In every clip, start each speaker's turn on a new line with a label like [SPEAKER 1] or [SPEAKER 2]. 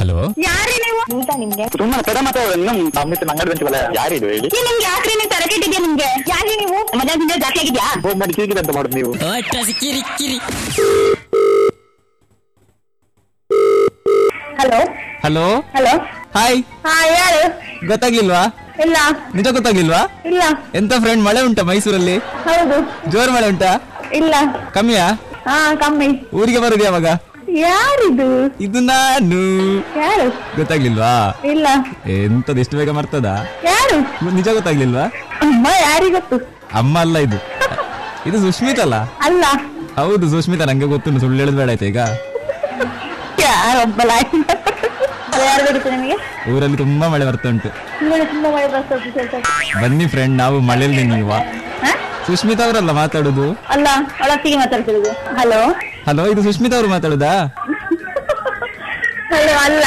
[SPEAKER 1] Hello
[SPEAKER 2] ಯಾರ್ರಿ ನೀವು
[SPEAKER 3] ಊಟ ನಿಮ್ಗೆ
[SPEAKER 4] ಸುಮ್ಮನೆ ಪದ ಮತ್ತೆ ಇನ್ನೂ ಅಮೃತ ಮಂಗಡ ಬಂತೀವಲ್ಲ ಯಾರಿದು ಹೇಳಿ
[SPEAKER 2] ಈ ನಿಮ್ಗೆ ಯಾಕ್ರಿ ನೀವು ತರಕೇಟ್ ಇದೆಯಾ ನಿಮ್ಗೆ ಯಾರ್ರಿ ನೀವು ಮದ್ಯಾದಿಂದ ಜಾಸ್ತಿ ಆಗಿದ್ಯಾ
[SPEAKER 4] ಹೋಗ್ ಮಾಡಿ ಕಿರಿಕಿರಿ ಅಂತ ಮಾಡುದು ನೀವು
[SPEAKER 5] ಕಿರಿ ಕಿರಿ
[SPEAKER 2] ಹಲೋ
[SPEAKER 1] ಹಲೋ
[SPEAKER 2] ಹಲೋ
[SPEAKER 1] ಹಾಯ್
[SPEAKER 2] ಹಾ ಯಾರು
[SPEAKER 1] ಗೊತ್ತಾಗ್ಲಿಲ್ವಾ
[SPEAKER 2] ಇಲ್ಲ
[SPEAKER 1] ನಿಜ ಗೊತ್ತಾಗ್ಲಿಲ್ವಾ
[SPEAKER 2] ಇಲ್ಲ
[SPEAKER 1] ಎಂತ ಫ್ರೆಂಡ್ ಮಳೆ ಉಂಟಾ ಮೈಸೂರಲ್ಲಿ
[SPEAKER 2] ಹೌದು
[SPEAKER 1] ಜೋರ್ ಮಳೆ ಉಂಟಾ
[SPEAKER 2] ಇಲ್ಲ
[SPEAKER 1] ಕಮ್ಮಿಯಾ
[SPEAKER 2] ಹಾ ಕಮ್ಮಿ
[SPEAKER 1] ಊರಿಗೆ ಬರೋದು ಯಾವಾಗ
[SPEAKER 2] ಯಾರಿದು
[SPEAKER 1] ಇದು ನಾನು
[SPEAKER 2] ಯಾರು
[SPEAKER 1] ಗೊತ್ತಾಗ್ಲಿಲ್ವಾ
[SPEAKER 2] ಇಲ್ಲ
[SPEAKER 1] ಎಂತದ್ ಎಷ್ಟು ಬೇಗ ಮರ್ತದ
[SPEAKER 2] ಯಾರು
[SPEAKER 1] ನಿಜ ಗೊತ್ತಾಗ್ಲಿಲ್ವಾ
[SPEAKER 2] ಅಮ್ಮ ಯಾರಿಗೊತ್ತು
[SPEAKER 1] ಅಮ್ಮ ಅಲ್ಲ ಇದು ಇದು ಸುಶ್ಮಿತ್ ಅಲ್ಲ
[SPEAKER 2] ಅಲ್ಲ
[SPEAKER 1] ಹೌದು ಸುಶ್ಮಿತ ನಂಗೆ ಗೊತ್ತು ಸುಳ್ಳು ಹೇಳುದು ಬೇಡ ಆಯ್ತಾ ಈಗ
[SPEAKER 2] ಯಾರೊಬ್ಬಲ ಯಾರು ಗೊತ್ತು ನಿಮಗೆ
[SPEAKER 1] ಊರಲ್ಲಿ ತುಂಬಾ ಮಳೆ ಬರ್ತಾ ಉಂಟು
[SPEAKER 2] ನಿಮಗೆ ತುಂಬಾ ಮಳೆ ಬರ್ತದೆ ಸ್ವಲ್ಪ
[SPEAKER 1] ಬನ್ನಿ ಫ್ರೆಂಡ್ ನಾವು ಮಳೆಯಲ್ಲಿ ನೀವ
[SPEAKER 2] ಹಾ?
[SPEAKER 1] ಸುಶ್ಮಿತಾ ಅವರಲ್ಲ ಮಾತಾಡುದು
[SPEAKER 2] ಅಲ್ಲ ಅವಳೊಟ್ಟಿಗೆ ಮಾತಾಡ್ತಿರೋದು ಹಲೋ
[SPEAKER 1] ಹಲೋ ಇದು ಸುಶ್ಮಿತಾ ಅವರು ಮಾತಾಡುದಾ
[SPEAKER 2] ಹಲೋ ಅಲ್ಲ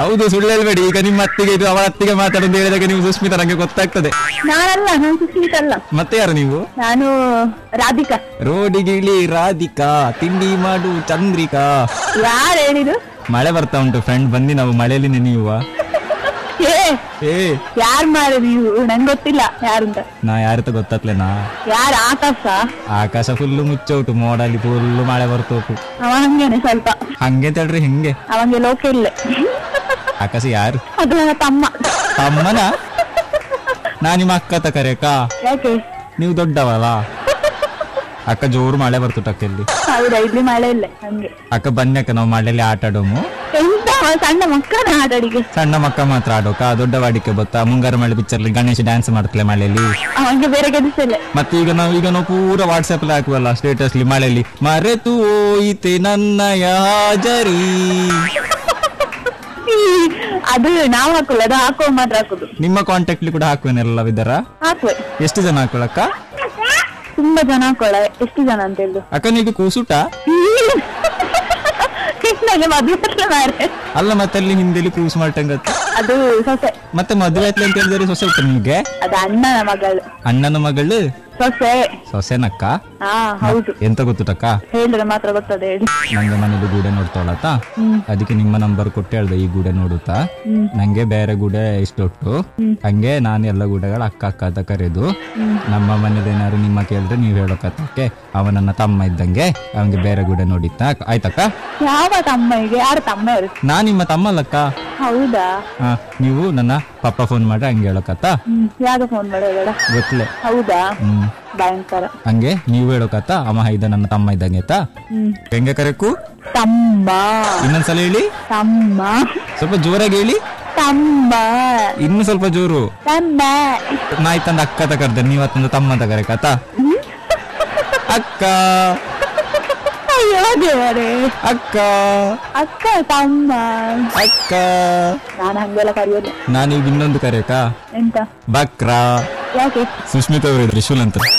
[SPEAKER 1] ಹೌದು ಸುಳ್ಳು ಹೇಳ್ಬೇಡಿ ಈಗ ನಿಮ್ಮ ಅತ್ತಿಗೆ ಇದು ಅವಳ ಅತ್ತಿಗೆ ಮಾತಾಡೋದು ಹೇಳಿದಾಗ ನೀವು ಸುಶ್ಮಿತಾ ನಂಗೆ ಗೊತ್ತಾಗ್ತದೆ
[SPEAKER 2] ನಾನಲ್ಲ ನಾನು ಸುಸ್ಮಿತ ಅಲ್ಲ
[SPEAKER 1] ಮತ್ತೆ ಯಾರು ನೀವು
[SPEAKER 2] ನಾನು ರಾಧಿಕಾ
[SPEAKER 1] ರೋಡಿಗಿಳಿ ರಾಧಿಕಾ ತಿಂಡಿ ಮಾಡು ಚಂದ್ರಿಕಾ
[SPEAKER 2] ಯಾರು ಹೇಳಿದು
[SPEAKER 1] ಮಳೆ ಬರ್ತಾ ಉಂಟು ಫ್ರೆಂಡ್ ಬನ್ನಿ ನಾವು ಮಳೆಯಲ್ಲಿ ನೆನೆಯುವ
[SPEAKER 2] ಏ
[SPEAKER 1] ಏ
[SPEAKER 2] ಯಾರು ಮಾರು ನೀವು ನಂಗೆ ಗೊತ್ತಿಲ್ಲ ಯಾರು ಅಂತ
[SPEAKER 1] ನಾ ಯಾರತ ಗೊತ್ತಾಗ್ಲೇನಾ
[SPEAKER 2] ಯಾರು ಆಕಾಶ
[SPEAKER 1] ಆಕಾಶ ಫುಲ್ಲು ಮುಚ್ಚೋಟು ಮೋಡಲ್ಲಿ ಫುಲ್ಲು ಮಳೆ ಬರ್ತೋಕು
[SPEAKER 2] ಅವ ಹಂಗೇನೆ ಸ್ವಲ್ಪ
[SPEAKER 1] ಹಂಗೆ ತಡ್ರಿ ಹಿಂಗೆ
[SPEAKER 2] ಅವಂಗೆ ಲೋಕ ಇಲ್ಲ
[SPEAKER 1] ಆಕಾಶ ಯಾರು
[SPEAKER 2] ಅದು ನನ್ನ ತಮ್ಮ
[SPEAKER 1] ಅಮ್ಮನ ನಾ ನಿಮ್ಮ ಅಕ್ಕ ತ ಕರೆಯಕ್ಕ
[SPEAKER 2] ಯಾಕೆ
[SPEAKER 1] ನೀವು ದೊಡ್ಡವಲ್ಲ ಅಕ್ಕ ಜೋರು ಮಳೆ ಬರ್ತು ಅಕ್ಕಲ್ಲಿ
[SPEAKER 2] ಹೌದಾ ಇಲ್ಲಿ ಮಳೆ ಇಲ್ಲ ಹಂಗೆ
[SPEAKER 1] ಅಕ್ಕ ಬನ್ನಿ ಅಕ್ಕ ನಾವು ಮಳೆಯಲ್ಲಿ ಆಟ ಆಡೋಮು
[SPEAKER 2] ಎಂತ ಅವ ಸಣ್ಣ ಮಕ್ಕಳ ಆಟಾಡಿಗೆ
[SPEAKER 1] ಸಣ್ಣ ಮಕ್ಕ ಮಾತ್ರ ಆಡೋಕ ದೊಡ್ಡ ವಾಡಿಕೆ ಬತ್ತಾ ಮುಂಗಾರು ಮಳೆ picture ಅಲ್ಲಿ ಗಣೇಶ ಡ್ಯಾನ್ಸ್ ಮಾಡ್ತಲೆ ಮಳೆಯಲ್ಲಿ
[SPEAKER 2] ಅವಂಗೆ ಬೇರೆ ಕೆಲಸ ಇಲ್ಲ
[SPEAKER 1] ಮತ್ತೆ ಈಗ ನಾವು ಈಗ ನಾವು ಪೂರ ವಾಟ್ಸ್ಆಪ್ ಅಲ್ಲಿ ಹಾಕುವಲ್ಲ ಸ್ಟೇಟಸ್ ಅಲ್ಲಿ ಮಳೆಯಲ್ಲಿ ಮರೆತು ಹೋಯಿತೆ ನನ್ನ ಯಾಜರಿ
[SPEAKER 2] ಈ, ಅದು ನಾವು ಹಾಕಲ್ಲ ಅದು ಹಾಕೋ ಮಾತ್ರ ಹಾಕುದು
[SPEAKER 1] ನಿಮ್ಮ ಕಾಂಟ್ಯಾಕ್ಟ್ ಅಲ್ಲಿ ಕೂಡ ಹಾಕುವೇನೆಲ್ಲ ವಿದರ
[SPEAKER 2] ಹಾಕುವೆ
[SPEAKER 1] ಎಷ್ಟು ಜನ ಹಾಕೊಳಕ್ಕ
[SPEAKER 2] ತುಂಬಾ ಜನ ಹಾಕೊಳ್ಳ ಎಷ್ಟು ಜನ ಅಂತ ಹೇಳುದು
[SPEAKER 1] ಅಕ್ಕ ನೀವು ಕೂಸುಟ
[SPEAKER 2] ನನಗೆ ಮದುವೆ ಹತ್ರ ಮಾರ್ರೆ.
[SPEAKER 1] ಅಲ್ಲ ಮತ್ತೆ ಅಲ್ಲಿ ಹಿಂದೆಲಿ ಕೂಸು ಮಾಡ್ತಂಗತ್ತ
[SPEAKER 2] ಅದು ಸೊಸೆ
[SPEAKER 1] ಮತ್ತೆ ಮದುವೆ ಆಯ್ತಲ್ಲ ಅಂತ ಹೇಳಿದ್ರೆ ಸೊಸೆ ಉಂಟು ನಿಮಗೆ
[SPEAKER 2] ಅದು ಅಣ್ಣನ ಮಗಳು
[SPEAKER 1] ಅಣ್ಣನ ಮಗಳು
[SPEAKER 2] ಸೊಸೆ
[SPEAKER 1] ಸೊಸೆನಕ್ಕ
[SPEAKER 2] ಹಾ ಹೌದು
[SPEAKER 1] ಎಂತ ಗೊತ್ತುಟಕ್ಕ
[SPEAKER 2] ಹೇಳಿದ್ರೆ ಮಾತ್ರ ಗೊತ್ತದೆ ಹೇಳಿ
[SPEAKER 1] ನಂಗೆ ಮನೇಲಿ ಗೂಡೆ ನೋಡ್ತಾಳತ್ತ ಅದಕ್ಕೆ ನಿಮ್ಮ ನಂಬರ್ ಕೊಟ್ಟು ಹೇಳ್ದೆ ಈ ಗೂಡೆ ನೋಡುತ್ತಾ ನಂಗೆ ಬೇರೆ ಗೂಡೆ ಇಷ್ಟೊಟ್ಟು ಹಂಗೆ ನಾನು ಎಲ್ಲ ಗೂಡೆಗಳ ಅಕ್ಕ ಅಕ್ಕ ಅಂತ ಕರೆದು ನಮ್ಮ ಮನೇಲಿ ಏನಾದ್ರು ನಿಮ್ಮ ಕೇಳಿದ್ರೆ ನೀವು ಹೇಳೋಕತ್ತಕ್ಕೆ ಅವ ನನ್ನ ತಮ್ಮ ಇದ್ದಂಗೆ ಅವನಿಗೆ ಬೇರೆ ಗೂಡೆ ನೋಡಿತ್ತಾ ಆಯ್ತಕ್ಕ
[SPEAKER 2] ಯಾವ ತಮ್ಮನಿಗೆ ಯಾರು ತಮ್ಮ ಇವರು
[SPEAKER 1] ನಾ ನಿಮ್ಮ ತಮ್ಮ ಅಲ್ಲಕ್ಕ
[SPEAKER 2] ಹೌದಾ
[SPEAKER 1] ಆ, ನೀವು ನನ್ನ ಪಪ್ಪ ಫೋನ್ ಮಾಡ್ರೆ ಹಂಗೆ ಹೇಳೋಕತ್ತ
[SPEAKER 2] ಹ್ಮ್ ಯಾವಾಗ ಫೋನ್ ಮಾಡೋಬೇಡ
[SPEAKER 1] ಗೊತ್ತಲೆ
[SPEAKER 2] ಹೌದಾ
[SPEAKER 1] ಹ್ಮ್
[SPEAKER 2] ಭಯಂಕರ
[SPEAKER 1] ಹಂಗೆ ನೀವು ಹೇಳೋಕತ್ತ ಅಮ್ಮ ಇದ್ದ ನನ್ನ ತಮ್ಮ ಇದ್ದಂಗೆ ಆಯ್ತಾ
[SPEAKER 2] ಹ್ಮ್
[SPEAKER 1] ಹೆಂಗೆ ಕರೆಕು
[SPEAKER 2] ತಮ್ಮ
[SPEAKER 1] ಇನ್ನೊಂದ್ಸಲ ಹೇಳಿ
[SPEAKER 2] ತಮ್ಮ
[SPEAKER 1] ಸ್ವಲ್ಪ ಜೋರಾಗಿ ಹೇಳಿ
[SPEAKER 2] ತಮ್ಮ
[SPEAKER 1] ಇನ್ನು ಸ್ವಲ್ಪ ಜೋರು
[SPEAKER 2] ತಮ್ಮ
[SPEAKER 1] ನಾಯಿ ತಂದ ಅಕ್ಕ ತಕರ್ದೆ ನೀವ ತಂದ ತಮ್ಮ ತಕರೆ ಕತ ಅಕ್ಕ
[SPEAKER 2] ಅಯ್ಯೋ ದೇವರೇ
[SPEAKER 1] ಅಕ್ಕ
[SPEAKER 2] ಅಕ್ಕ ತಮ್ಮ
[SPEAKER 1] ಅಕ್ಕ
[SPEAKER 2] ನಾನು ಹಂಗೆಲ್ಲ ಕರೆಯೋದು
[SPEAKER 1] ನಾನೀಗ ಇನ್ನೊಂದು ಕರೆಯಕ
[SPEAKER 2] ಎಂತ
[SPEAKER 1] ಬಕ್ರ
[SPEAKER 2] ಯಾಕೆ
[SPEAKER 1] ಸುಶ್ಮಿತಾ ಅವರು ತ್ರಿಶೂಲ್ ಅಂತ